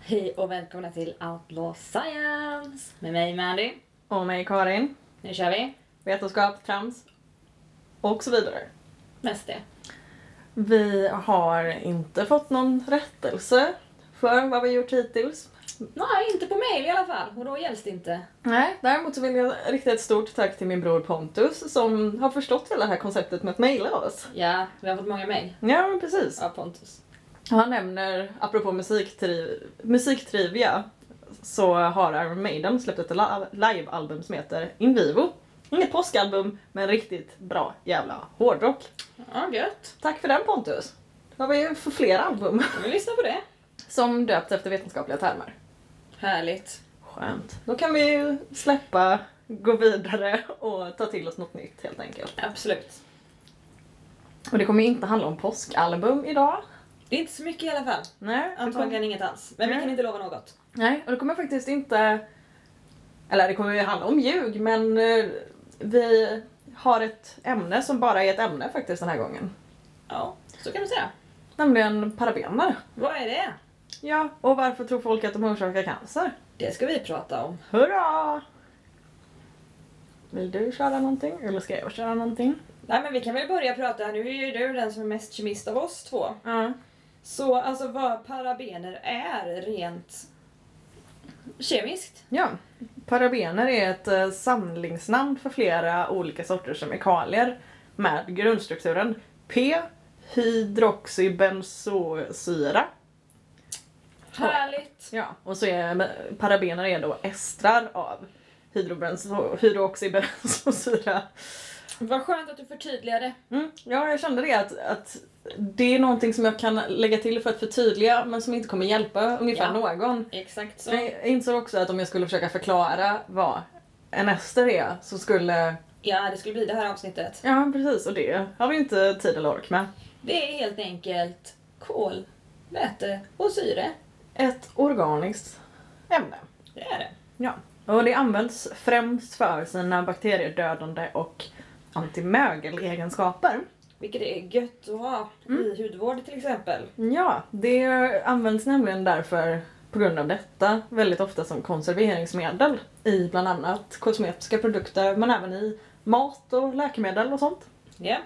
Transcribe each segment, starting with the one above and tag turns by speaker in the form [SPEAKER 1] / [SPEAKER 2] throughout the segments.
[SPEAKER 1] Hej och välkomna till Outlaw Science med mig Mandy.
[SPEAKER 2] Och mig Karin.
[SPEAKER 1] Nu kör vi.
[SPEAKER 2] Vetenskap, trams och så vidare.
[SPEAKER 1] Mest det.
[SPEAKER 2] Vi har inte fått någon rättelse för vad vi gjort hittills.
[SPEAKER 1] Nej, inte på mail i alla fall och då gälls det inte.
[SPEAKER 2] Nej, däremot så vill jag rikta ett stort tack till min bror Pontus som har förstått hela det här konceptet med att mejla oss.
[SPEAKER 1] Ja, vi har fått många mail
[SPEAKER 2] Ja, men precis.
[SPEAKER 1] av Pontus.
[SPEAKER 2] Och han nämner, apropå musiktri- musiktrivia, så har Iron Maiden släppt ett la- livealbum som heter In Vivo. Inget påskalbum, men riktigt bra jävla hårdrock.
[SPEAKER 1] Ja, gött.
[SPEAKER 2] Tack för den Pontus! Då har vi ju för flera album
[SPEAKER 1] Då vill vi lyssna på det.
[SPEAKER 2] som döpts efter vetenskapliga termer.
[SPEAKER 1] Härligt.
[SPEAKER 2] Skönt. Då kan vi ju släppa, gå vidare och ta till oss något nytt helt enkelt.
[SPEAKER 1] Absolut.
[SPEAKER 2] Och det kommer ju inte handla om påskalbum idag.
[SPEAKER 1] Det är inte så mycket i alla fall.
[SPEAKER 2] Nej,
[SPEAKER 1] Antagligen inget alls. Men vi
[SPEAKER 2] Nej.
[SPEAKER 1] kan inte lova något.
[SPEAKER 2] Nej, och det kommer faktiskt inte... Eller det kommer ju handla om ljug, men eh, vi har ett ämne som bara är ett ämne faktiskt den här gången.
[SPEAKER 1] Ja, så kan du säga.
[SPEAKER 2] Nämligen parabener.
[SPEAKER 1] Vad är det?
[SPEAKER 2] Ja, och varför tror folk att de orsakar cancer?
[SPEAKER 1] Det ska vi prata om.
[SPEAKER 2] Hurra! Vill du köra någonting? Eller ska jag köra någonting?
[SPEAKER 1] Nej men vi kan väl börja prata, nu är ju du den som är mest kemist av oss två.
[SPEAKER 2] Ja.
[SPEAKER 1] Så alltså vad parabener är rent kemiskt.
[SPEAKER 2] Ja. Parabener är ett eh, samlingsnamn för flera olika sorters kemikalier med grundstrukturen P-hydroxybenzosyra.
[SPEAKER 1] Härligt!
[SPEAKER 2] Ja. Och så är men, parabener är då estrar av hydrobenzo- hydroxybenzosyra.
[SPEAKER 1] Vad skönt att du förtydligade.
[SPEAKER 2] Mm. Ja, jag kände det att, att det är någonting som jag kan lägga till för att förtydliga men som inte kommer hjälpa ungefär någon.
[SPEAKER 1] Exakt så.
[SPEAKER 2] Men Jag insåg också att om jag skulle försöka förklara vad en ester är så skulle...
[SPEAKER 1] Ja, det skulle bli det här avsnittet.
[SPEAKER 2] Ja precis, och det har vi inte tid eller ork med.
[SPEAKER 1] Det är helt enkelt kol, väte och syre.
[SPEAKER 2] Ett organiskt ämne.
[SPEAKER 1] Det är det.
[SPEAKER 2] Ja. Och det används främst för sina bakteriedödande och antimögelegenskaper.
[SPEAKER 1] Vilket är gött att ha i hudvård till exempel.
[SPEAKER 2] Ja, det används nämligen därför på grund av detta väldigt ofta som konserveringsmedel i bland annat kosmetiska produkter men även i mat och läkemedel och sånt.
[SPEAKER 1] Ja.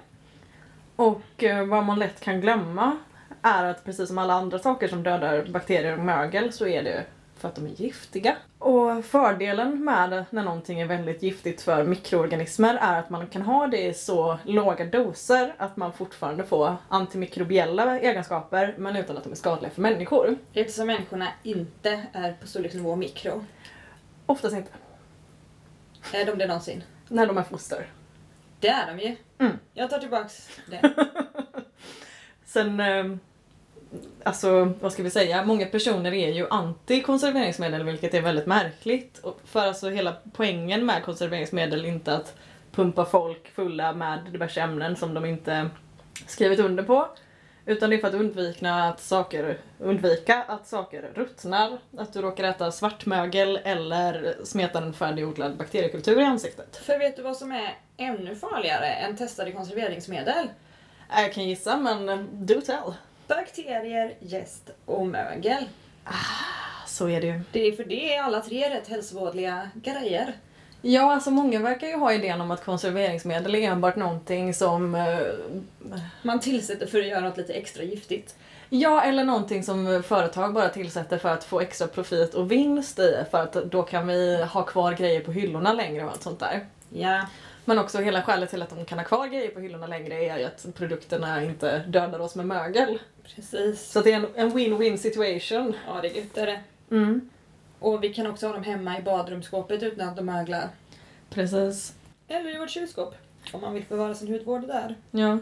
[SPEAKER 2] Och eh, vad man lätt kan glömma är att precis som alla andra saker som dödar bakterier och mögel så är det för att de är giftiga. Och fördelen med när någonting är väldigt giftigt för mikroorganismer är att man kan ha det i så låga doser att man fortfarande får antimikrobiella egenskaper men utan att de är skadliga för människor.
[SPEAKER 1] Eftersom människorna inte är på storleksnivå mikro.
[SPEAKER 2] Oftast inte.
[SPEAKER 1] Är de det någonsin?
[SPEAKER 2] När de är foster.
[SPEAKER 1] Det är de ju.
[SPEAKER 2] Mm.
[SPEAKER 1] Jag tar tillbaks det.
[SPEAKER 2] Sen, eh, alltså vad ska vi säga, många personer är ju anti konserveringsmedel vilket är väldigt märkligt. Och För alltså hela poängen med konserveringsmedel är inte att pumpa folk fulla med diverse ämnen som de inte skrivit under på. Utan det är för att undvika att saker, undvika att saker ruttnar, att du råkar äta svartmögel eller smeta en färdigodlad bakteriekultur i ansiktet.
[SPEAKER 1] För vet du vad som är ännu farligare än testade konserveringsmedel?
[SPEAKER 2] Äh, Jag kan gissa men eh, do tell.
[SPEAKER 1] Bakterier, gäst och mögel.
[SPEAKER 2] Så är det ju.
[SPEAKER 1] Det är för det är alla tre rätt hälsovådliga grejer.
[SPEAKER 2] Ja, alltså många verkar ju ha idén om att konserveringsmedel är enbart någonting som... eh,
[SPEAKER 1] Man tillsätter för att göra något lite extra giftigt.
[SPEAKER 2] Ja, eller någonting som företag bara tillsätter för att få extra profit och vinst i för att då kan vi ha kvar grejer på hyllorna längre och allt sånt där.
[SPEAKER 1] Ja.
[SPEAKER 2] Men också hela skälet till att de kan ha kvar grejer på hyllorna längre är ju att produkterna inte dödar oss med mögel.
[SPEAKER 1] Precis.
[SPEAKER 2] Så att det är en, en win-win situation.
[SPEAKER 1] Ja, det är gött är det.
[SPEAKER 2] Mm,
[SPEAKER 1] Och vi kan också ha dem hemma i badrumsskåpet utan att de möglar.
[SPEAKER 2] precis.
[SPEAKER 1] Eller i vårt kylskåp. Om man vill förvara sin hudvård där.
[SPEAKER 2] Ja.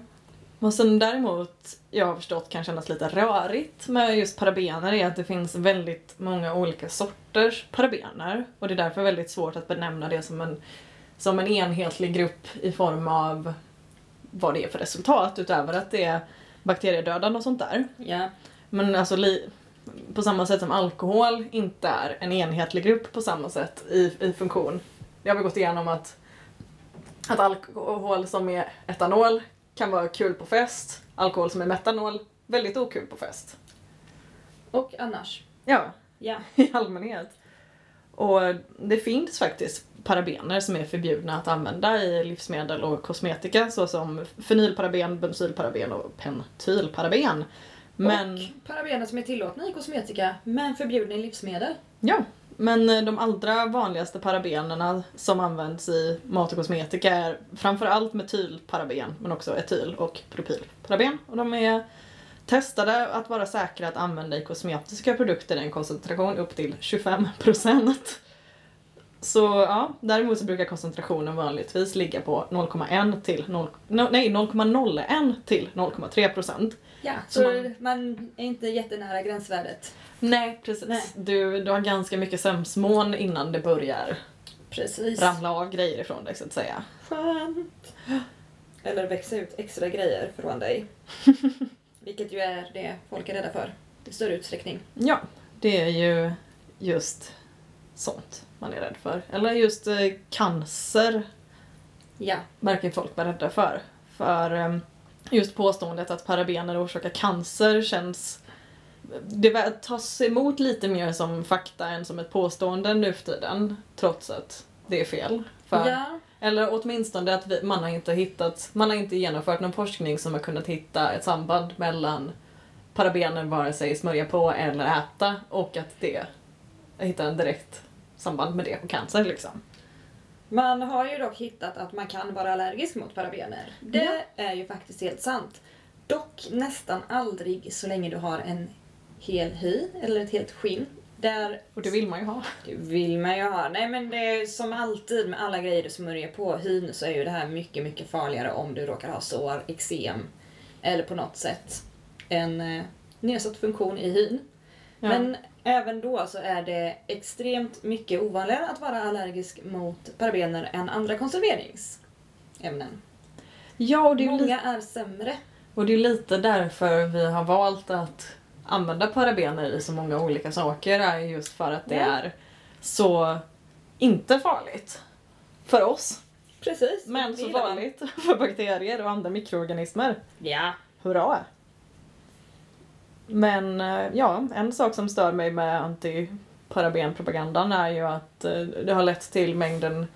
[SPEAKER 2] Vad som däremot jag har förstått kan kännas lite rörigt med just parabener är att det finns väldigt många olika sorters parabener och det är därför väldigt svårt att benämna det som en, som en enhetlig grupp i form av vad det är för resultat utöver att det är bakteriedödande och sånt där.
[SPEAKER 1] Ja.
[SPEAKER 2] Men alltså li- på samma sätt som alkohol inte är en enhetlig grupp på samma sätt i, i funktion. Jag har gått igenom att, att alkohol som är etanol kan vara kul på fest, alkohol som är metanol väldigt okul på fest.
[SPEAKER 1] Och annars.
[SPEAKER 2] Ja,
[SPEAKER 1] Ja.
[SPEAKER 2] i allmänhet. Och det finns faktiskt parabener som är förbjudna att använda i livsmedel och kosmetika såsom fenylparaben, bensylparaben och pentylparaben. Men,
[SPEAKER 1] Och parabener som är tillåtna i kosmetika men förbjudna i livsmedel.
[SPEAKER 2] ja, men eh, de allra vanligaste parabenerna som används i mat och kosmetika är framförallt metylparaben men också etyl och propylparaben. Och de är testade att vara säkra att använda i kosmetiska produkter i en koncentration upp till 25%. Så ja, däremot så brukar koncentrationen vanligtvis ligga på 0,1 till 0, no- nej, 0,01 till 0,3%.
[SPEAKER 1] Ja,
[SPEAKER 2] Så
[SPEAKER 1] så man... är inte jättenära gränsvärdet.
[SPEAKER 2] Nej, precis.
[SPEAKER 1] Nej.
[SPEAKER 2] Du, du har ganska mycket sömsmån innan det börjar
[SPEAKER 1] Precis.
[SPEAKER 2] ramla av grejer ifrån dig så att säga.
[SPEAKER 1] Skönt. Eller växa ut extra grejer från dig. Vilket ju är det folk är rädda för i större utsträckning.
[SPEAKER 2] Ja, det är ju just sånt man är rädd för. Eller just eh, cancer
[SPEAKER 1] Ja.
[SPEAKER 2] verkar folk vara rädda för. För eh, just påståendet att parabener orsakar cancer känns... Det vä- tas emot lite mer som fakta än som ett påstående nu för tiden, trots att det är fel. För,
[SPEAKER 1] Ja.
[SPEAKER 2] Eller åtminstone att vi, man, har inte hittat, man har inte genomfört någon forskning som har kunnat hitta ett samband mellan parabener, vare sig smörja på eller äta, och att det hitta en direkt samband med det och cancer liksom.
[SPEAKER 1] Man har ju dock hittat att man kan vara allergisk mot parabener. Det är ju faktiskt helt sant. Dock nästan aldrig så länge du har en hel hy eller ett helt skinn. Där
[SPEAKER 2] Och det vill man ju ha.
[SPEAKER 1] Det vill man ju ha. Nej men det är som alltid med alla grejer du smörjer på hyn så är ju det här mycket, mycket farligare om du råkar ha sår, eksem eller på något sätt en eh, nedsatt funktion i hyn.
[SPEAKER 2] Ja.
[SPEAKER 1] Men även då så är det extremt mycket ovanligare att vara allergisk mot parabener än andra konserveringsämnen.
[SPEAKER 2] Ja, och det är ju lite-
[SPEAKER 1] Många är sämre.
[SPEAKER 2] Och det är lite därför vi har valt att använda parabener i så många olika saker är just för att det
[SPEAKER 1] Ja.
[SPEAKER 2] är så inte farligt för oss,
[SPEAKER 1] Precis.
[SPEAKER 2] men
[SPEAKER 1] det
[SPEAKER 2] så
[SPEAKER 1] gillar man.
[SPEAKER 2] farligt för bakterier och andra mikroorganismer.
[SPEAKER 1] Ja.
[SPEAKER 2] Hurra! Men eh, ja, en sak som stör mig med antiparabenpropagandan är ju att eh, det har lett till mängden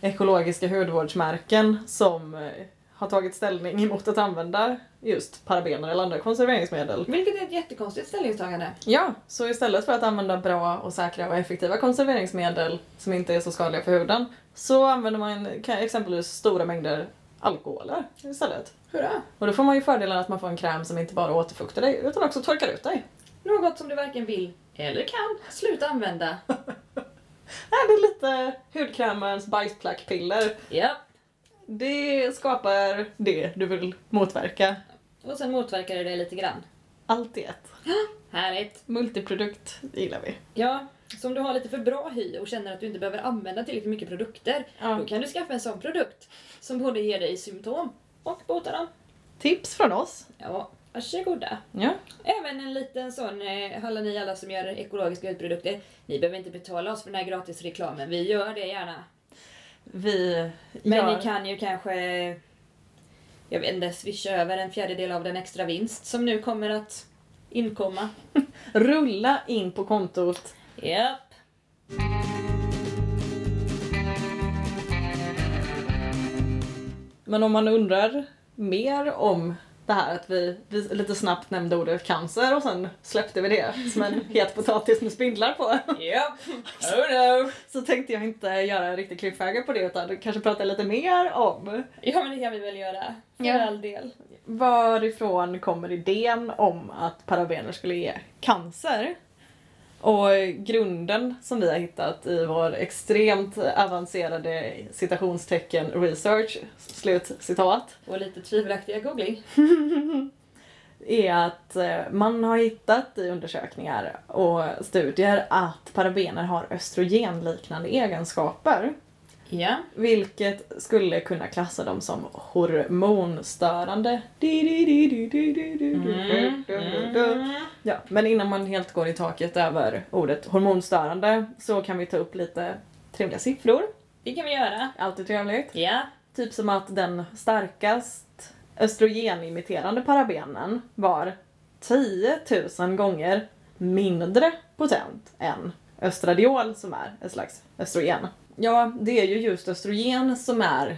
[SPEAKER 2] ekologiska hudvårdsmärken som eh, har tagit ställning emot att använda just parabener eller andra konserveringsmedel.
[SPEAKER 1] Vilket är ett jättekonstigt ställningstagande.
[SPEAKER 2] Ja, så istället för att använda bra och säkra och effektiva konserveringsmedel som inte är så skadliga för huden så använder man ka- exempelvis stora mängder alkoholer istället.
[SPEAKER 1] Hurra!
[SPEAKER 2] Och då får man ju fördelen att man får en kräm som inte bara återfuktar dig utan också torkar ut dig.
[SPEAKER 1] Något som du varken vill eller kan sluta använda.
[SPEAKER 2] Nej, det är lite hudkrämens bajsplackpiller.
[SPEAKER 1] Ja.
[SPEAKER 2] Det skapar det du vill motverka.
[SPEAKER 1] Och sen motverkar det det lite grann.
[SPEAKER 2] Allt i ett.
[SPEAKER 1] Härligt.
[SPEAKER 2] Multiprodukt gillar vi.
[SPEAKER 1] Ja, så om du har lite för bra hy och känner att du inte behöver använda tillräckligt mycket produkter,
[SPEAKER 2] Ja.
[SPEAKER 1] då kan du skaffa en sån produkt som både ger dig symptom och botar dem.
[SPEAKER 2] Tips från oss.
[SPEAKER 1] Ja, varsågoda.
[SPEAKER 2] Ja.
[SPEAKER 1] Även en liten sån, eh, hallå ni alla som gör ekologiska hudprodukter, ni behöver inte betala oss för den här gratisreklamen, vi gör det gärna.
[SPEAKER 2] Vi
[SPEAKER 1] Men
[SPEAKER 2] gör...
[SPEAKER 1] ni kan ju kanske, jag vet inte, swisha över en fjärdedel av den extra vinst som nu kommer att inkomma.
[SPEAKER 2] rulla in på kontot.
[SPEAKER 1] Japp.
[SPEAKER 2] Men om man undrar mer om det här att vi, vi lite snabbt nämnde ordet cancer och sen släppte vi det som en het potatis med spindlar på.
[SPEAKER 1] Japp. Oh no.
[SPEAKER 2] Så tänkte jag inte göra en riktig cliffhanger på det utan kanske prata lite mer om
[SPEAKER 1] Ja men det kan vi väl göra. För
[SPEAKER 2] Ja.
[SPEAKER 1] all del.
[SPEAKER 2] varifrån kommer idén om att parabener skulle ge cancer? Och grunden som vi har hittat i vår extremt avancerade citationstecken research, slut citat,
[SPEAKER 1] Och lite tvivelaktiga googling.
[SPEAKER 2] är att eh, man har hittat i undersökningar och studier att parabener har östrogenliknande egenskaper.
[SPEAKER 1] Ja.
[SPEAKER 2] Vilket skulle kunna klassa dem som hormonstörande.
[SPEAKER 1] Mm.
[SPEAKER 2] Ja, men innan man helt går i taket över ordet hormonstörande så kan vi ta upp lite trevliga siffror.
[SPEAKER 1] Det kan vi göra.
[SPEAKER 2] Alltid trevligt.
[SPEAKER 1] Ja.
[SPEAKER 2] Typ som att den starkast östrogenimiterande parabenen var 10 000 gånger mindre potent än östradiol som är ett slags östrogen. Ja, det är ju just östrogen som är,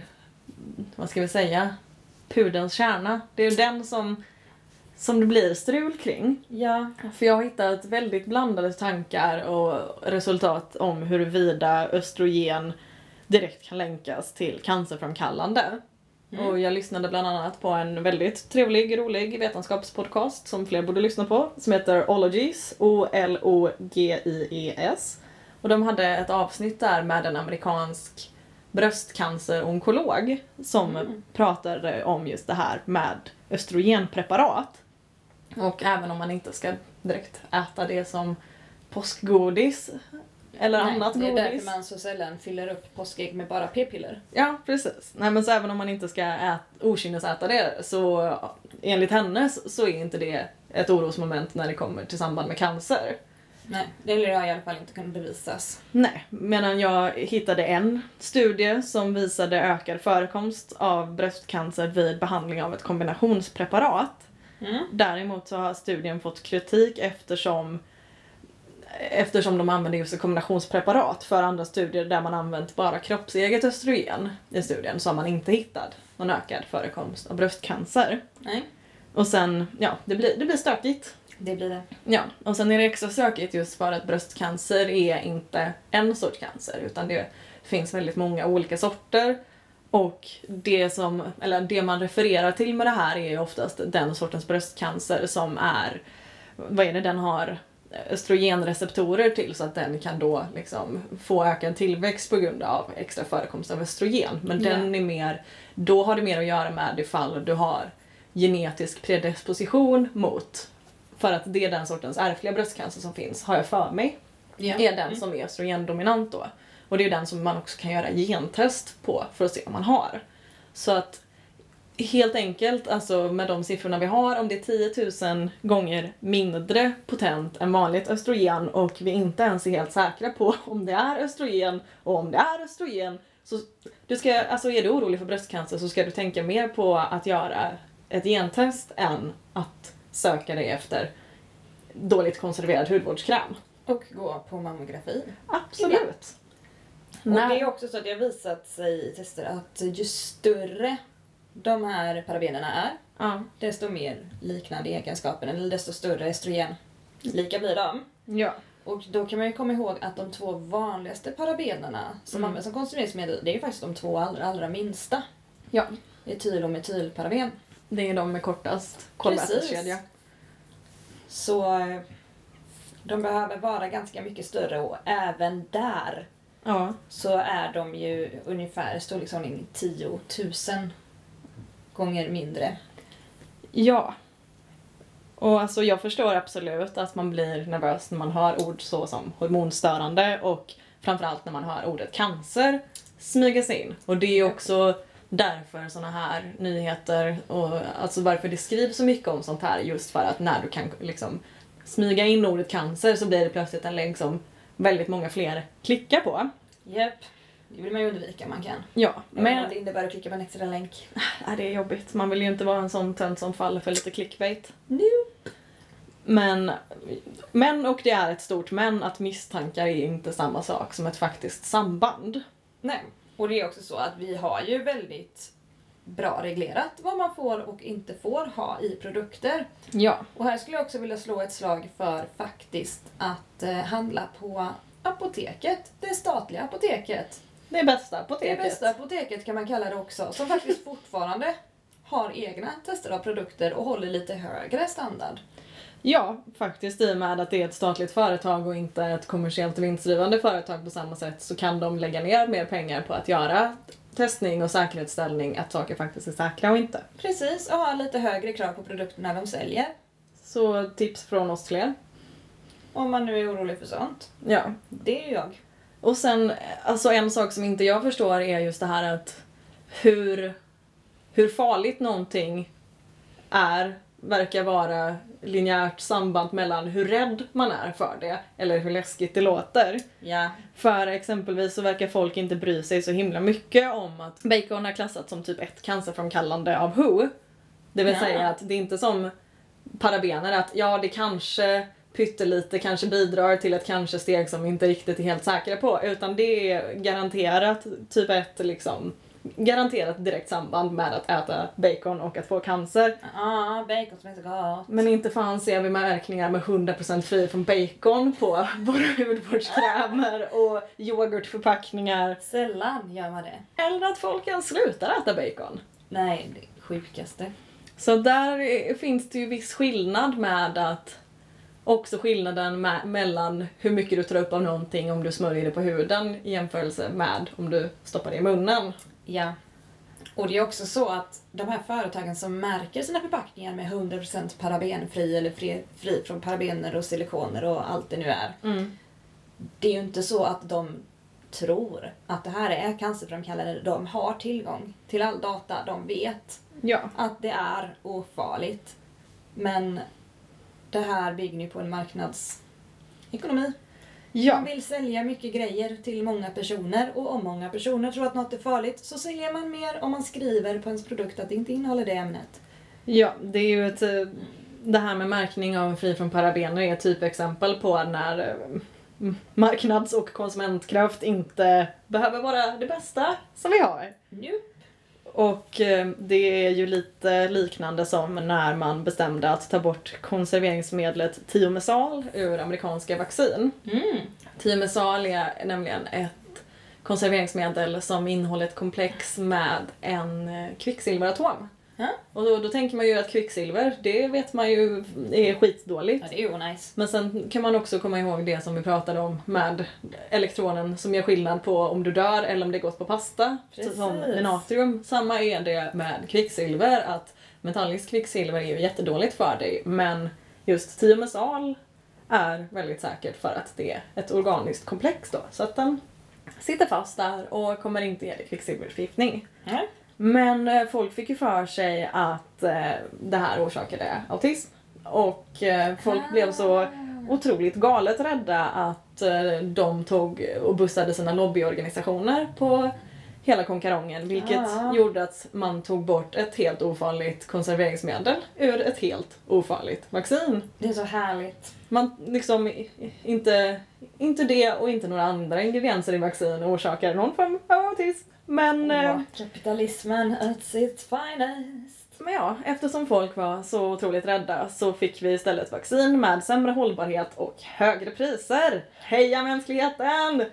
[SPEAKER 2] vad ska vi säga, pudelns kärna. Det är ju den som, som det blir strul kring.
[SPEAKER 1] Ja.
[SPEAKER 2] För jag har hittat väldigt blandade tankar och resultat om huruvida östrogen direkt kan länkas till cancerframkallande.
[SPEAKER 1] Mm.
[SPEAKER 2] Och jag lyssnade bland annat på en väldigt trevlig, rolig vetenskapspodcast som fler borde lyssna på som heter Ologies, O-L-O-G-I-E-S. E Och de hade ett avsnitt där med en amerikansk bröstcanceronkolog som
[SPEAKER 1] Mm.
[SPEAKER 2] pratade om just det här med östrogenpreparat. Och även om man inte ska direkt äta det som påskgodis eller
[SPEAKER 1] Nej,
[SPEAKER 2] annat
[SPEAKER 1] Det är
[SPEAKER 2] godis.
[SPEAKER 1] därför man så sällan fyller upp påskägg med bara p-piller.
[SPEAKER 2] Ja, precis. Nej men så även om man inte ska ät, okynnesäta det så enligt henne så- så är inte det ett orosmoment när det kommer till samband med cancer.
[SPEAKER 1] Nej, det lär jag i alla fall inte kunna bevisas.
[SPEAKER 2] Nej, medan jag hittade en studie som visade ökad förekomst av bröstcancer vid behandling av ett kombinationspreparat.
[SPEAKER 1] Mm.
[SPEAKER 2] Däremot så har studien fått kritik eftersom eftersom de använder just ett kombinationspreparat för andra studier där man använt bara kroppseget östrogen i studien så har man inte hittat någon ökad förekomst av bröstcancer.
[SPEAKER 1] Nej,
[SPEAKER 2] Och sen, ja, det blir, det blir stökigt.
[SPEAKER 1] det blir det.
[SPEAKER 2] Ja, och sen är det extra stökigt just för att bröstcancer är inte en sorts cancer utan det finns väldigt många olika sorter och det som, eller det man refererar till med det här är ju oftast den sortens bröstcancer som är, vad är det den har östrogenreceptorer till så att den kan då liksom få ökad tillväxt på grund av extra förekomst av östrogen. Men
[SPEAKER 1] Ja.
[SPEAKER 2] den är mer, då har det mer att göra med ifall du har genetisk predisposition mot för att det är den sortens ärftliga bröstcancer som finns, har jag för mig, är
[SPEAKER 1] Mm.
[SPEAKER 2] den som är östrogendominant då. Och det är den som man också kan göra gentest på för att se om man har. Så att helt enkelt, alltså med de siffrorna vi har, om det är 10 000 gånger mindre potent än vanligt östrogen och vi inte ens är helt säkra på om det är östrogen och om det är östrogen så du ska, alltså är du orolig för bröstcancer så ska du tänka mer på att göra ett gentest än att söka dig efter dåligt konserverad hudvårdskräm.
[SPEAKER 1] Och gå på mammografi.
[SPEAKER 2] Absolut.
[SPEAKER 1] Och det
[SPEAKER 2] Nej.
[SPEAKER 1] är också så att det har visat sig i tester att ju större de här parabenerna är,
[SPEAKER 2] Ja.
[SPEAKER 1] desto mer liknande egenskaper, eller desto större estrogen lika blir de.
[SPEAKER 2] ja.
[SPEAKER 1] Och då kan man ju komma ihåg att de två vanligaste parabenerna som
[SPEAKER 2] Mm.
[SPEAKER 1] används som konserveringsmedel, det är ju faktiskt de två allra, allra minsta.
[SPEAKER 2] Ja.
[SPEAKER 1] Etyl och metylparaben.
[SPEAKER 2] Det är de med kortast kolväteskedja.
[SPEAKER 1] Så eh, de behöver vara ganska mycket större och även där
[SPEAKER 2] Ja.
[SPEAKER 1] så är de ju ungefär storleksordning 10 000 gånger mindre.
[SPEAKER 2] Ja. Och alltså jag förstår absolut att man blir nervös när man hör ord så som hormonstörande och framförallt när man hör ordet cancer smyga sig in. Och det är ju också därför såna här nyheter och alltså varför det skrivs så mycket om sånt här just för att när du kan liksom smyga in ordet cancer så blir det plötsligt en länk som väldigt många fler klickar på.
[SPEAKER 1] Japp. Det vill man ju undvika om man kan.
[SPEAKER 2] Ja,
[SPEAKER 1] Men
[SPEAKER 2] men
[SPEAKER 1] om det innebär att klicka på en extra länk.
[SPEAKER 2] Nej, det är jobbigt. Man vill ju inte vara en sån tönt som faller för lite clickbait.
[SPEAKER 1] Nope.
[SPEAKER 2] Men, men, och det är ett stort men, att misstankar är inte samma sak som ett faktiskt samband.
[SPEAKER 1] Nej. Och det är också så att vi har ju väldigt bra reglerat vad man får och inte får ha i produkter.
[SPEAKER 2] Ja.
[SPEAKER 1] Och här skulle jag också vilja slå ett slag för faktiskt att eh, handla på apoteket. Det statliga apoteket.
[SPEAKER 2] Det är bästa
[SPEAKER 1] Det
[SPEAKER 2] apoteket.
[SPEAKER 1] bästa apoteket kan man kalla det också. Som faktiskt fortfarande har egna tester av produkter och håller lite högre standard.
[SPEAKER 2] Ja, faktiskt i och med att det är ett statligt företag och inte ett kommersiellt vinstdrivande företag på samma sätt så kan de lägga ner mer pengar på att göra testning och säkerhetsställning, att saker faktiskt är säkra och inte.
[SPEAKER 1] Precis, och har lite högre krav på produkterna de säljer.
[SPEAKER 2] Så tips från oss fler.
[SPEAKER 1] Om man nu är orolig för sånt.
[SPEAKER 2] Ja,
[SPEAKER 1] Det är ju jag.
[SPEAKER 2] Och sen, alltså en sak som inte jag förstår är just det här att hur, hur farligt någonting är verkar vara linjärt samband mellan hur rädd man är för det eller hur läskigt det låter.
[SPEAKER 1] Ja.
[SPEAKER 2] För exempelvis så verkar folk inte bry sig så himla mycket om att bacon är klassat som typ ett cancerframkallande av WHO. Det vill
[SPEAKER 1] Ja.
[SPEAKER 2] säga att det är inte som parabener att ja det kanske pyttelite kanske bidrar till ett kanske steg som vi inte riktigt är helt säkra på. Utan det är garanterat typ ett liksom garanterat direkt samband med att äta bacon och att få cancer.
[SPEAKER 1] Ja, bacon som är så gott.
[SPEAKER 2] Men inte fan ser vi märkningar med 100% fri från bacon på våra hudvårdskrämer och yoghurtförpackningar.
[SPEAKER 1] Sällan gör man det.
[SPEAKER 2] Eller att folk ens slutar äta bacon.
[SPEAKER 1] Nej, det sjukaste.
[SPEAKER 2] Så där eh, finns det ju viss skillnad med att också skillnaden me- mellan hur mycket du tar upp av någonting om du smörjer det på huden i jämförelse med om du stoppar det i munnen.
[SPEAKER 1] Ja. Och det är också så att de här företagen som märker sina förpackningar med 100% parabenfri eller fri, fri från parabener och silikoner och allt det nu är. Det är ju inte så att de tror att det här är cancerframkallande. De har tillgång till all data. De vet
[SPEAKER 2] Ja.
[SPEAKER 1] att det är ofarligt. Men det här bygger ju på en marknadsekonomi. Man
[SPEAKER 2] Ja.
[SPEAKER 1] vill sälja mycket grejer till många personer och om många personer tror att något är farligt så säljer man mer om man skriver på ens produkt att det inte innehåller det ämnet.
[SPEAKER 2] ja, det är ju ett... eh, Det här med märkning av fri från parabener är ett typexempel på när eh, m- marknads och konsumentkraft inte behöver vara det bästa som vi har.
[SPEAKER 1] Nu?
[SPEAKER 2] Och eh, det är ju lite liknande som när man bestämde att ta bort konserveringsmedlet tiomesal ur amerikanska vaccin.
[SPEAKER 1] Mm.
[SPEAKER 2] Tiomesal är nämligen ett konserveringsmedel som innehåller ett komplex med en eh, kvicksilveratom.
[SPEAKER 1] Ja.
[SPEAKER 2] Och då, då tänker man ju att kvicksilver, det vet man ju är skitdåligt.
[SPEAKER 1] Ja, det är onajs.
[SPEAKER 2] Men sen kan man också komma ihåg det som vi pratade om med elektronen som gör skillnad på om du dör eller om det gått på pasta.
[SPEAKER 1] Precis.
[SPEAKER 2] Som med natrium. Samma är det med kvicksilver, att metalliskt kvicksilver är ju jättedåligt för dig men just tiomesal är väldigt säkert för att det är ett organiskt komplex då. Så att den sitter fast där och kommer inte ge dig kvicksilverförgiftning.
[SPEAKER 1] Nej.
[SPEAKER 2] Men eh, folk fick ju för sig att eh, det här orsakade autism. Och eh, folk blev
[SPEAKER 1] Ah.
[SPEAKER 2] så otroligt galet rädda att eh, de tog och bussade sina lobbyorganisationer på hela konkarongen vilket
[SPEAKER 1] Ah.
[SPEAKER 2] gjorde att man tog bort ett helt ofarligt konserveringsmedel ur ett helt ofarligt vaccin.
[SPEAKER 1] Det är så härligt.
[SPEAKER 2] Man liksom i- inte, inte det och inte några andra ingredienser i vaccin orsakar någon form av autism. Men eh,
[SPEAKER 1] Åh, kapitalismen at its finest.
[SPEAKER 2] Men ja, eftersom folk var så otroligt rädda så fick vi istället vaccin med sämre hållbarhet och högre priser. Heja mänskligheten!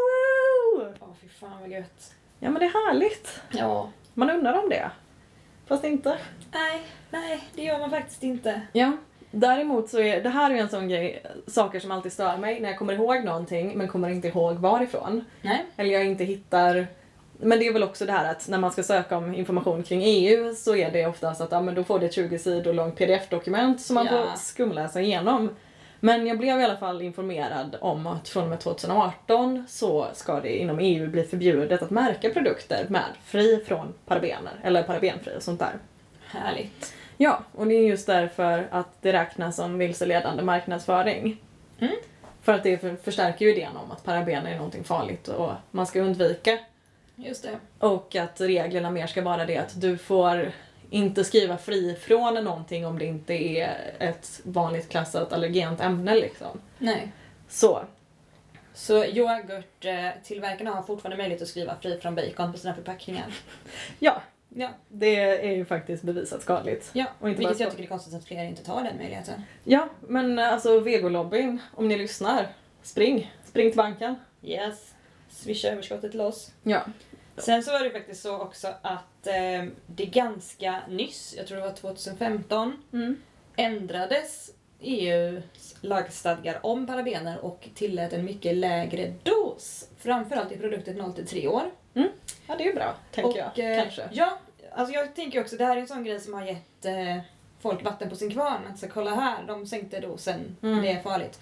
[SPEAKER 2] Woo!
[SPEAKER 1] Åh, fy fan vad gött.
[SPEAKER 2] Ja men det är härligt.
[SPEAKER 1] Ja.
[SPEAKER 2] Man undrar om det. Fast inte.
[SPEAKER 1] Nej, nej, det gör man faktiskt inte.
[SPEAKER 2] Ja. Däremot så är det här är ju en sån grej, saker som alltid stör mig när jag kommer ihåg någonting men kommer inte ihåg varifrån.
[SPEAKER 1] Nej.
[SPEAKER 2] Eller jag inte hittar... Men det är väl också det här att när man ska söka om information kring EU så är det oftast att ja, men då får du ett 20 sidor långt pdf-dokument som man
[SPEAKER 1] Ja.
[SPEAKER 2] får skumläsa igenom. Men jag blev i alla fall informerad om att från och med 2018 så ska det inom EU bli förbjudet att märka produkter med fri från parabener, eller parabenfri och sånt där.
[SPEAKER 1] Härligt.
[SPEAKER 2] Ja, och det är just därför att det räknas som vilseledande marknadsföring.
[SPEAKER 1] Mm.
[SPEAKER 2] För att det för- förstärker ju idén om att parabener är någonting farligt och man ska undvika.
[SPEAKER 1] Just det.
[SPEAKER 2] Och att reglerna mer ska vara det att du får inte skriva fri från någonting om det inte är ett vanligt klassat allergent ämne liksom.
[SPEAKER 1] Nej.
[SPEAKER 2] Så.
[SPEAKER 1] Så yoghurttillverkarna har fortfarande möjlighet att skriva fri från bacon på sina förpackningar.
[SPEAKER 2] Ja,
[SPEAKER 1] Ja.
[SPEAKER 2] det är ju faktiskt bevisat skadligt.
[SPEAKER 1] Ja,
[SPEAKER 2] Och inte
[SPEAKER 1] vilket
[SPEAKER 2] bara
[SPEAKER 1] jag
[SPEAKER 2] så.
[SPEAKER 1] tycker är konstigt att fler inte tar den möjligheten.
[SPEAKER 2] Ja, men alltså vegolobbyn, om ni lyssnar, spring! Spring till banken!
[SPEAKER 1] Yes. Swisha överskottet loss.
[SPEAKER 2] Ja.
[SPEAKER 1] Sen så var det faktiskt så också att eh, det ganska nyss, jag tror det var 2015,
[SPEAKER 2] Mm.
[SPEAKER 1] ändrades EUs lagstadgar om parabener och tillät en mycket lägre dos. Framförallt i produkter 0-3 år.
[SPEAKER 2] Ja, det är ju bra, tänker jag.
[SPEAKER 1] eh,
[SPEAKER 2] Kanske.
[SPEAKER 1] Ja, alltså jag tänker också, det här är en sån grej som har gett eh, folk vatten på sin kvarn. Alltså kolla här, de sänkte dosen,
[SPEAKER 2] Mm.
[SPEAKER 1] det är farligt.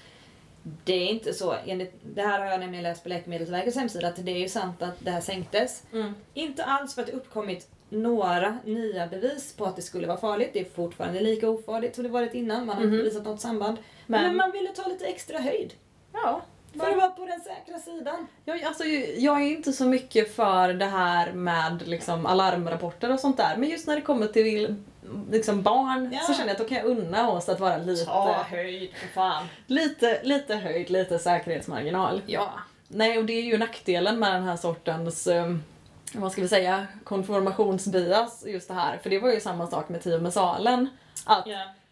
[SPEAKER 1] Det är inte så, enligt, det här har jag nämligen läst på Läkemedelsverkets hemsida, att det är ju sant att det här sänktes.
[SPEAKER 2] Mm.
[SPEAKER 1] Inte alls för att det uppkommit några nya bevis på att det skulle vara farligt. Det är fortfarande lika ofarligt som det varit innan, man har
[SPEAKER 2] Mhm.
[SPEAKER 1] inte visat något samband. Men,
[SPEAKER 2] Men-
[SPEAKER 1] man ville ta lite extra höjd,
[SPEAKER 2] Ja.
[SPEAKER 1] för att vara på den säkra sidan.
[SPEAKER 2] Jag, alltså, jag är inte så mycket för det här med liksom, alarmrapporter och sånt där. Men just när det kommer till vil- liksom barn
[SPEAKER 1] Ja.
[SPEAKER 2] så känner jag att då kan jag unna oss att vara lite,
[SPEAKER 1] Ta höjd för fan.
[SPEAKER 2] lite, lite höjd, lite säkerhetsmarginal.
[SPEAKER 1] Ja.
[SPEAKER 2] Nej, och det är ju nackdelen med den här sortens, eh, vad ska vi säga, konformationsbias just det här. För det var ju samma sak med Tio med salen. Att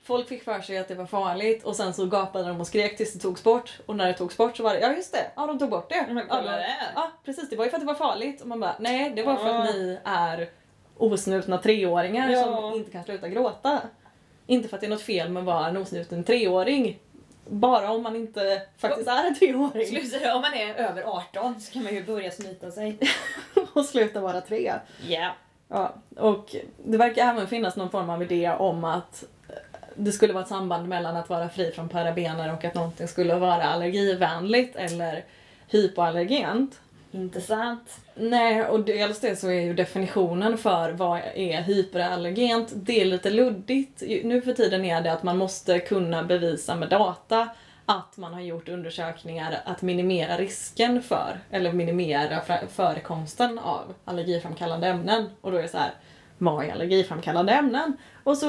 [SPEAKER 2] folk fick för sig att det var farligt och sen så gapade de och skrek tills det togs bort. Och när det togs bort så var det, ja just det, ja de tog bort det.
[SPEAKER 1] Men
[SPEAKER 2] Ja,
[SPEAKER 1] kolla
[SPEAKER 2] de-
[SPEAKER 1] där.
[SPEAKER 2] Ja precis, det var ju för att det var farligt. Och man bara, nej det var för
[SPEAKER 1] Ja.
[SPEAKER 2] att ni är osnutna treåringar
[SPEAKER 1] Ja.
[SPEAKER 2] som inte kan sluta gråta. Inte för att det är något fel med att vara en osnuten treåring. Bara om man inte faktiskt är en treåring.
[SPEAKER 1] Sluta, om man är över 18 så kan man ju börja snyta sig.
[SPEAKER 2] och sluta vara tre.
[SPEAKER 1] Ja.
[SPEAKER 2] Ja, och det verkar även finnas någon form av idé om att eh, det skulle vara ett samband mellan att vara fri från parabener och att någonting skulle vara allergivänligt eller hypoallergent.
[SPEAKER 1] Intressant.
[SPEAKER 2] Nej, och dels det så är ju definitionen för vad är hyperallergent, det är lite luddigt. Ju- Nu för tiden är det att man måste kunna bevisa med data att man har gjort undersökningar att minimera risken för, eller minimera fra- förekomsten av allergiframkallande ämnen. Och då är det så här, vad är allergiframkallande ämnen? Och så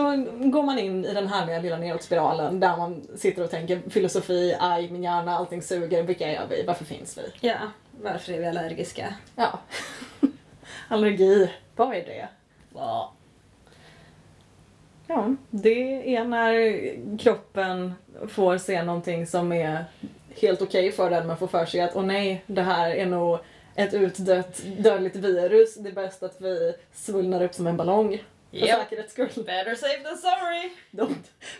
[SPEAKER 2] går man in i den härliga lilla nedåtspiralen där man sitter och tänker filosofi, aj min hjärna, allting suger, vilka är vi, varför finns vi?
[SPEAKER 1] Ja. Varför är vi allergiska?
[SPEAKER 2] Ja. Allergi, vad är det?
[SPEAKER 1] Ja.
[SPEAKER 2] Ja, det är när kroppen får se någonting som är helt okej för den men får för sig att åh nej, det här är nog ett utdött dödligt virus. Det är bäst att vi svullnar upp som en ballong. För
[SPEAKER 1] Ja.
[SPEAKER 2] säkerhets skull.
[SPEAKER 1] Better safe than sorry!
[SPEAKER 2] De,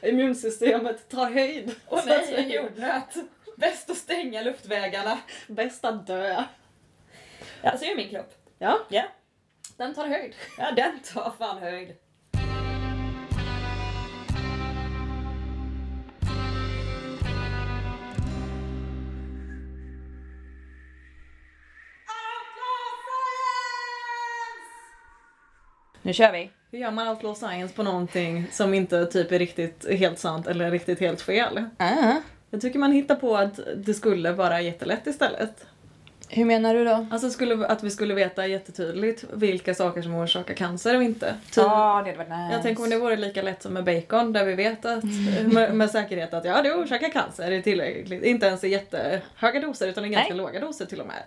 [SPEAKER 2] immunsystemet tar höjd.
[SPEAKER 1] Och
[SPEAKER 2] så att
[SPEAKER 1] nej, en
[SPEAKER 2] säga.
[SPEAKER 1] jordnöt! Bäst att stänga luftvägarna.
[SPEAKER 2] Bäst att dö.
[SPEAKER 1] Ja. Så är min kropp.
[SPEAKER 2] Ja,
[SPEAKER 1] Ja.
[SPEAKER 2] den tar höjd.
[SPEAKER 1] Ja, den tar fan höjd.
[SPEAKER 2] Nu kör vi! Hur gör man outlaw science på någonting som inte typ är riktigt helt sant eller riktigt helt fel?
[SPEAKER 1] Äh.
[SPEAKER 2] Jag tycker man hittar på att det skulle vara jättelätt istället.
[SPEAKER 3] Hur menar du då?
[SPEAKER 2] Alltså skulle, att vi skulle veta jättetydligt vilka saker som orsakar cancer och inte. Typ,
[SPEAKER 3] Ja, det hade varit
[SPEAKER 1] Ah,
[SPEAKER 3] nice.
[SPEAKER 2] Jag tänker om det vore lika lätt som med bacon där vi vet att, med, med säkerhet att ja det orsakar cancer i tillräckligt, inte ens i jättehöga doser utan i ganska
[SPEAKER 3] Nej.
[SPEAKER 2] låga doser till och med.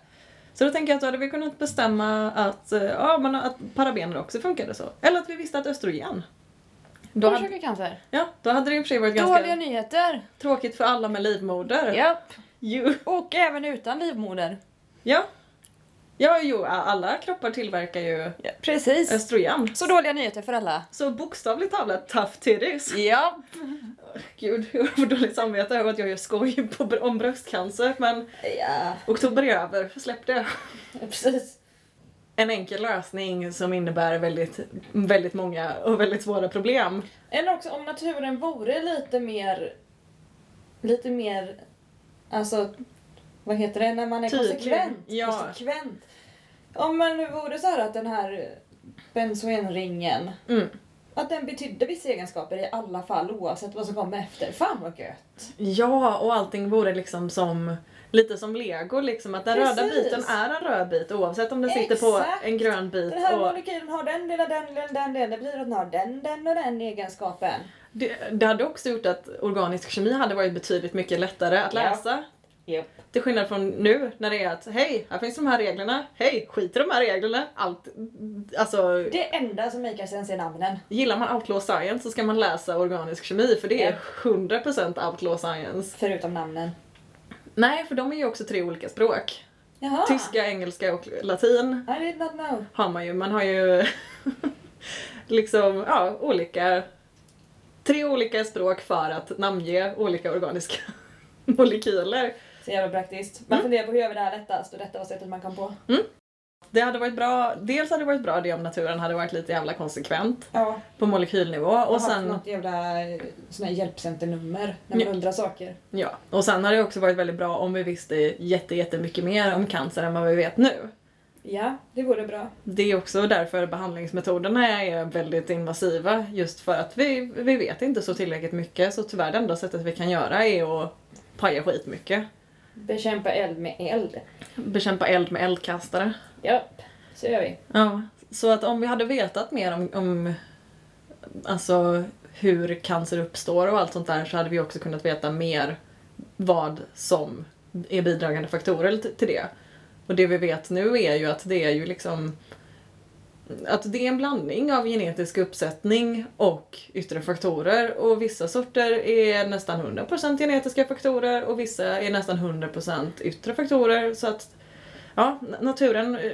[SPEAKER 2] Så då tänker jag att då hade vi kunnat bestämma att, eh, ja, men att parabener också funkade så. Eller att vi visste att östrogen. Då hade,
[SPEAKER 3] Orsakar cancer.
[SPEAKER 2] ja, då hade det i och för sig varit ganska
[SPEAKER 3] Dåliga nyheter!
[SPEAKER 2] tråkigt för alla med livmoder.
[SPEAKER 3] Japp.
[SPEAKER 2] Jo.
[SPEAKER 3] Och även utan livmoder.
[SPEAKER 2] Ja. Ja, jo, alla kroppar tillverkar ju
[SPEAKER 3] Precis.
[SPEAKER 2] östrogen.
[SPEAKER 3] Så dåliga nyheter för alla.
[SPEAKER 2] Så bokstavligt talat, tough titties.
[SPEAKER 3] Ja.
[SPEAKER 2] Gud, jag får dåligt samvete över att jag gör skoj på, br- om bröstcancer, men
[SPEAKER 1] Ja,
[SPEAKER 2] oktober är över, släpp det.
[SPEAKER 1] precis.
[SPEAKER 2] En enkel lösning som innebär väldigt, väldigt många och väldigt svåra problem.
[SPEAKER 1] Eller också om naturen vore lite mer... Lite mer... Alltså, vad heter det? När man är
[SPEAKER 2] Tydlig.
[SPEAKER 1] konsekvent.
[SPEAKER 2] Ja.
[SPEAKER 1] konsekvent. Om man nu vore så här att den här benzoenringen
[SPEAKER 2] Mm.
[SPEAKER 1] att den betydde vissa egenskaper i alla fall oavsett vad som kom efter. Fan vad gött!
[SPEAKER 2] Ja, och allting vore liksom som Lite som lego liksom, att den röda
[SPEAKER 1] Precis.
[SPEAKER 2] biten är en röd bit oavsett om den sitter
[SPEAKER 1] Exakt.
[SPEAKER 2] på en grön bit.
[SPEAKER 1] Den här
[SPEAKER 2] och
[SPEAKER 1] molekylen har den lilla, den lilla, den lilla. Det blir att den har den, den och den egenskapen.
[SPEAKER 2] det, det hade också gjort att organisk kemi hade varit betydligt mycket lättare att
[SPEAKER 1] Ja.
[SPEAKER 2] läsa.
[SPEAKER 1] Japp.
[SPEAKER 2] Till skillnad från nu när det är att hej, här finns de här reglerna, hej, skit i de här reglerna. Allt, alltså,
[SPEAKER 1] Det enda som make sense är namnen.
[SPEAKER 2] gillar man outlaw science så ska man läsa organisk kemi för det är
[SPEAKER 1] Ja.
[SPEAKER 2] 100% outlaw science.
[SPEAKER 1] Förutom namnen.
[SPEAKER 2] Nej, för de är ju också tre olika språk.
[SPEAKER 1] Jaha!
[SPEAKER 2] Tyska, engelska och latin
[SPEAKER 1] I did not know.
[SPEAKER 2] har man ju. Man har ju liksom, ja, olika tre olika språk för att namnge olika organiska molekyler.
[SPEAKER 1] Så jävla praktiskt. Man funderar på hur gör vi det här lättast och detta var sättet man kom på.
[SPEAKER 2] Det hade varit bra, dels hade det varit bra det om naturen hade varit lite jävla konsekvent
[SPEAKER 1] Ja.
[SPEAKER 2] på molekylnivå och sen,
[SPEAKER 1] något jävla eh, sån här hjälpcenternummer när man
[SPEAKER 2] Ja.
[SPEAKER 1] undrar saker.
[SPEAKER 2] ja, och sen hade det också varit väldigt bra om vi visste jätte, jättemycket mer om cancer än vad vi vet nu.
[SPEAKER 1] Ja, det vore bra.
[SPEAKER 2] Det är också därför behandlingsmetoderna är väldigt invasiva just för att vi, vi vet inte så tillräckligt mycket så tyvärr det enda sättet vi kan göra är att paja skitmycket.
[SPEAKER 1] Bekämpa eld med eld.
[SPEAKER 2] Bekämpa eld med eldkastare.
[SPEAKER 1] Japp, så gör vi.
[SPEAKER 2] Ja, så att om vi hade vetat mer om, om alltså hur cancer uppstår och allt sånt där så hade vi också kunnat veta mer vad som är bidragande faktorer till till det. Och det vi vet nu är ju att det är ju liksom att det är en blandning av genetisk uppsättning och yttre faktorer och vissa sorter är nästan 100% genetiska faktorer och vissa är nästan 100% yttre faktorer så att ja, na- naturen eh,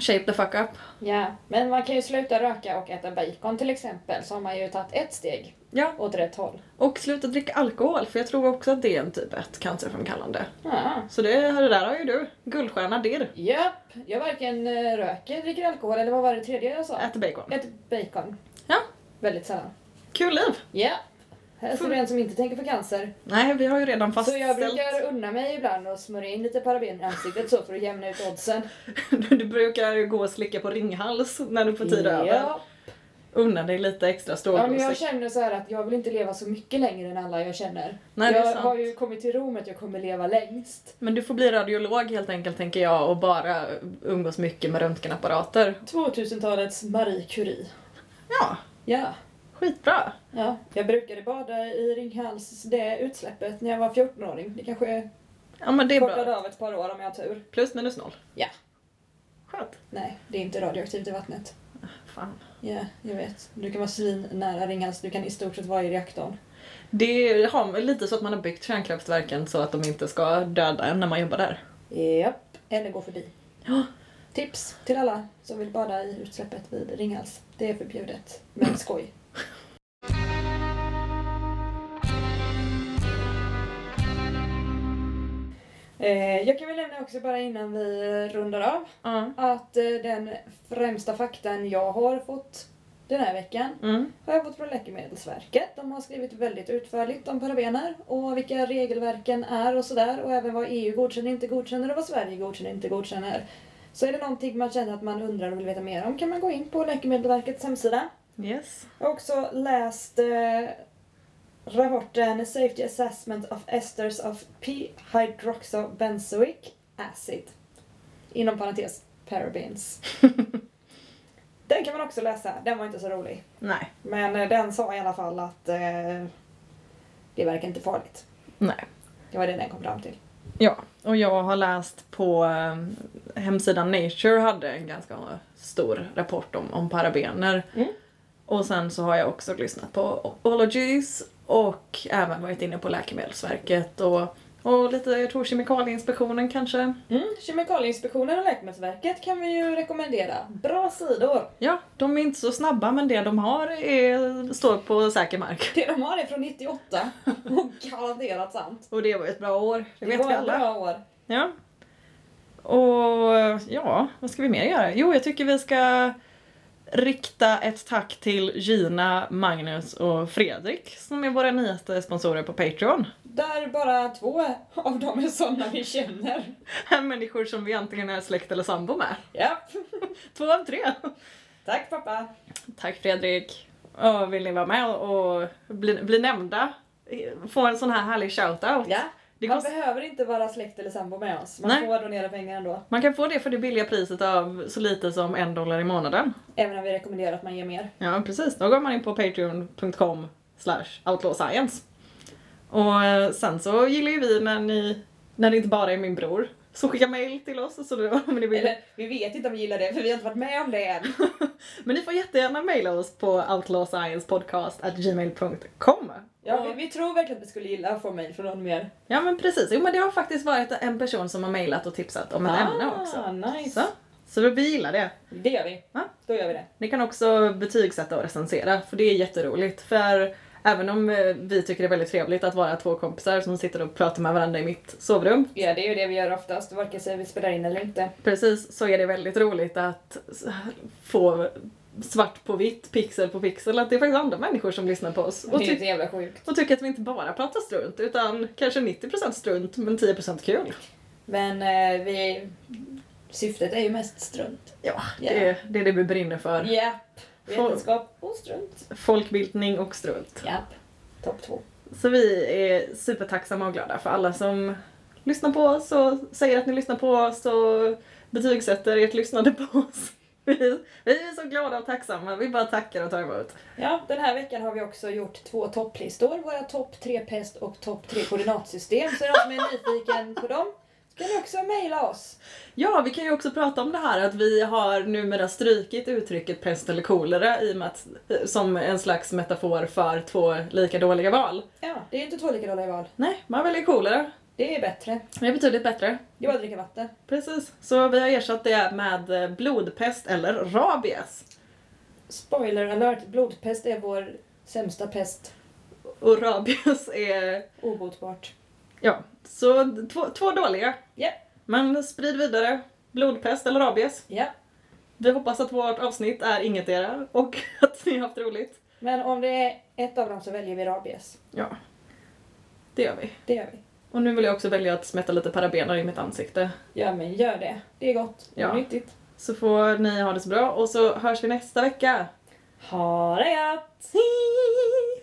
[SPEAKER 2] shape the fuck up.
[SPEAKER 1] Ja, men man kan ju sluta röka och äta bacon till exempel så har man ju tagit ett steg
[SPEAKER 2] Ja,
[SPEAKER 1] åt rätt håll.
[SPEAKER 2] och sluta dricka alkohol för jag tror också att det är en typ 1 cancerframkallande.
[SPEAKER 1] Ja.
[SPEAKER 2] Så det, det där har ju du, guldstjärna dir.
[SPEAKER 1] Japp, jag varken eh, röker, dricker alkohol eller vad var det tredje jag sa?
[SPEAKER 2] Ät bacon.
[SPEAKER 1] Äter bacon.
[SPEAKER 2] Ja.
[SPEAKER 1] Väldigt sällan.
[SPEAKER 2] Kul liv!
[SPEAKER 1] Ja. Här står det en som inte tänker på cancer.
[SPEAKER 2] Nej, vi har ju redan
[SPEAKER 1] Så
[SPEAKER 2] fastställt...
[SPEAKER 1] jag brukar unna mig ibland och smörja in lite paraben i ansiktet så för att jämna ut oddsen.
[SPEAKER 2] Du brukar ju gå och slicka på ringhals när du får tid över.
[SPEAKER 1] Ja.
[SPEAKER 2] Unna dig lite extra
[SPEAKER 1] ja, men jag
[SPEAKER 2] stråldos.
[SPEAKER 1] känner så här att jag vill inte leva så mycket längre än alla jag känner.
[SPEAKER 2] Nej, det är
[SPEAKER 1] jag har
[SPEAKER 2] sant.
[SPEAKER 1] ju kommit till ro med att jag kommer leva längst.
[SPEAKER 2] Men du får bli radiolog helt enkelt tänker jag och bara umgås mycket med röntgenapparater.
[SPEAKER 1] 2000-talets Marie Curie.
[SPEAKER 2] Ja,
[SPEAKER 1] Ja.
[SPEAKER 2] skitbra!
[SPEAKER 1] Ja, jag brukade bada i Ringhals det utsläppet när jag var 14-åring. Det kanske
[SPEAKER 2] Ja men det är
[SPEAKER 1] kortade
[SPEAKER 2] bra.
[SPEAKER 1] av ett par år om jag har tur.
[SPEAKER 2] Plus minus noll.
[SPEAKER 1] Ja.
[SPEAKER 2] Skönt.
[SPEAKER 1] Nej, det är inte radioaktivt i vattnet.
[SPEAKER 2] Fan.
[SPEAKER 1] Ja, jag vet. Du kan vara svin nära Ringhals, du kan i stort sett vara i reaktorn.
[SPEAKER 2] Det har lite så att man har byggt kärnkraftverken så att de inte ska döda en när man jobbar där.
[SPEAKER 1] Japp. Eller gå förbi.
[SPEAKER 2] Ja.
[SPEAKER 1] Tips till alla som vill bada i utsläppet vid Ringhals. Det är förbjudet, men skoj. Eh, Jag kan väl nämna också bara innan vi rundar av
[SPEAKER 2] Ja.
[SPEAKER 1] att eh, den främsta faktan jag har fått den här veckan
[SPEAKER 2] Mm.
[SPEAKER 1] har jag fått från Läkemedelsverket. De har skrivit väldigt utförligt om parabener och vilka regelverken är och sådär och även vad EU godkänner inte godkänner och vad Sverige godkänner inte godkänner. Så är det någonting man känner att man undrar och vill veta mer om kan man gå in på Läkemedelsverkets hemsida.
[SPEAKER 2] Yes.
[SPEAKER 1] Jag har också läst eh, rapporten Safety Assessment of Esters of P-hydroxobenzoic acid. Inom parentes parabens. den kan man också läsa, den var inte så rolig.
[SPEAKER 2] Nej.
[SPEAKER 1] Men eh, den sa i alla fall att eh, det verkar inte farligt.
[SPEAKER 2] Nej.
[SPEAKER 1] Det var det den kom fram till.
[SPEAKER 2] Ja, och jag har läst på eh, hemsidan Nature hade en ganska stor rapport om, om parabener.
[SPEAKER 1] Mm.
[SPEAKER 2] Och sen så har jag också lyssnat på Ologies och även varit inne på Läkemedelsverket och, och lite, jag tror Kemikalieinspektionen kanske.
[SPEAKER 1] Mm. Kemikalieinspektionen och Läkemedelsverket kan vi ju rekommendera. Bra sidor!
[SPEAKER 2] Ja, de är inte så snabba men det de har är, står på säker mark.
[SPEAKER 1] Det de har är från 98 och garanterat sant.
[SPEAKER 2] Och det var ett bra år, det, vet
[SPEAKER 1] var
[SPEAKER 2] vi
[SPEAKER 1] ett
[SPEAKER 2] alla.
[SPEAKER 1] bra år.
[SPEAKER 2] Ja. Och ja, vad ska vi mer göra? Jo, jag tycker vi ska rikta ett tack till Gina, Magnus och Fredrik som är våra nyaste sponsorer på Patreon.
[SPEAKER 1] Där bara två av dem är sådana vi känner.
[SPEAKER 2] Människor som vi antingen är släkt eller sambo med.
[SPEAKER 1] Japp.
[SPEAKER 2] Två av tre.
[SPEAKER 1] Tack pappa.
[SPEAKER 2] Tack Fredrik. Och vill ni vara med och bli, bli nämnda? Få en sån här härlig shout-out.
[SPEAKER 1] Ja.
[SPEAKER 2] Det
[SPEAKER 1] man
[SPEAKER 2] kost-
[SPEAKER 1] behöver inte vara släkt eller sambo med oss. Man
[SPEAKER 2] Nej.
[SPEAKER 1] får donera pengar ändå.
[SPEAKER 2] Man kan få det för det billiga priset av så lite som en dollar i månaden.
[SPEAKER 1] Även om vi rekommenderar att man ger mer.
[SPEAKER 2] Ja, precis. Då går man in på patreon.com slash outlawscience. Och eh, sen så gillar ju vi när ni, när det inte bara är min bror, så skicka mail till oss så då, om ni vill.
[SPEAKER 1] Eller vi vet inte om vi gillar det för vi har inte varit med om det än.
[SPEAKER 2] Men ni får jättegärna mejla oss på outlawsciencepodcast.gmail.com.
[SPEAKER 1] Ja,
[SPEAKER 2] Mm.
[SPEAKER 1] vi, vi tror verkligen att vi skulle gilla att få mejl från någon mer.
[SPEAKER 2] Ja men precis, jo men det har faktiskt varit en person som har mejlat och tipsat
[SPEAKER 1] Ah.
[SPEAKER 2] om ett ämne också.
[SPEAKER 1] Nice.
[SPEAKER 2] Så, så vi gillar det.
[SPEAKER 1] Det gör vi.
[SPEAKER 2] Ja.
[SPEAKER 1] Då gör vi det.
[SPEAKER 2] Ni kan också betygsätta och recensera för det är jätteroligt. För även om eh, vi tycker det är väldigt trevligt att vara två kompisar som sitter och pratar med varandra i mitt sovrum.
[SPEAKER 1] Ja, det är ju det vi gör oftast. Vare sig vi spelar in eller inte.
[SPEAKER 2] Precis, så är det väldigt roligt att s- få svart på vitt, pixel på pixel, att det är faktiskt andra människor som lyssnar på oss.
[SPEAKER 1] Det
[SPEAKER 2] Och,
[SPEAKER 1] är ju
[SPEAKER 2] ty-
[SPEAKER 1] så jävla sjukt.
[SPEAKER 2] och tycker att vi inte bara pratar strunt utan kanske 90% strunt men 10% kul.
[SPEAKER 1] Men eh, vi... syftet är ju mest strunt.
[SPEAKER 2] Ja, det,
[SPEAKER 1] Ja.
[SPEAKER 2] är- det är det vi brinner för.
[SPEAKER 1] Japp.
[SPEAKER 2] Får-
[SPEAKER 1] Vetenskap och strunt.
[SPEAKER 2] Folkbildning och strunt.
[SPEAKER 1] Japp. Topp två.
[SPEAKER 2] Så vi är supertacksamma och glada för alla som lyssnar på oss och säger att ni lyssnar på oss och betygsätter ert lyssnande på oss. Vi, vi är så glada och tacksamma. Vi bara tackar och tar emot.
[SPEAKER 1] Ja, den här veckan har vi också gjort två topplistor. Våra topp tre pest och topp tre koordinatsystem. Så är det någon som är nyfiken på dem kan ni också mejla oss.
[SPEAKER 2] Ja, vi kan ju också prata om det här att vi har numera strykit uttrycket pest eller kolera i och med att, eh, som en slags metafor för två lika dåliga val.
[SPEAKER 1] Ja, det är ju inte två lika dåliga val.
[SPEAKER 2] Nej, man väljer kolera.
[SPEAKER 1] Det är bättre.
[SPEAKER 2] Det är betydligt bättre.
[SPEAKER 1] Det är bara att dricka vatten.
[SPEAKER 2] Precis. Så vi har ersatt det med blodpest eller rabies.
[SPEAKER 1] Spoiler alert, blodpest är vår sämsta pest.
[SPEAKER 2] Och rabies är...
[SPEAKER 1] Obotbart.
[SPEAKER 2] Ja, så två, två dåliga.
[SPEAKER 1] Ja.
[SPEAKER 2] Men sprid vidare. Blodpest eller rabies.
[SPEAKER 1] Ja.
[SPEAKER 2] Vi hoppas att vårt avsnitt är inget era och att ni har haft roligt.
[SPEAKER 1] Men om det är ett av dem så väljer vi rabies.
[SPEAKER 2] Ja. Det gör vi.
[SPEAKER 1] Det gör vi.
[SPEAKER 2] Och nu vill jag också välja att smätta lite parabener i mitt ansikte.
[SPEAKER 1] Ja men gör det. Det är gott. Det är
[SPEAKER 2] Ja.
[SPEAKER 1] nyttigt.
[SPEAKER 2] Så får ni ha det så bra och så hörs vi nästa vecka.
[SPEAKER 1] Ha det gött!
[SPEAKER 2] Hej!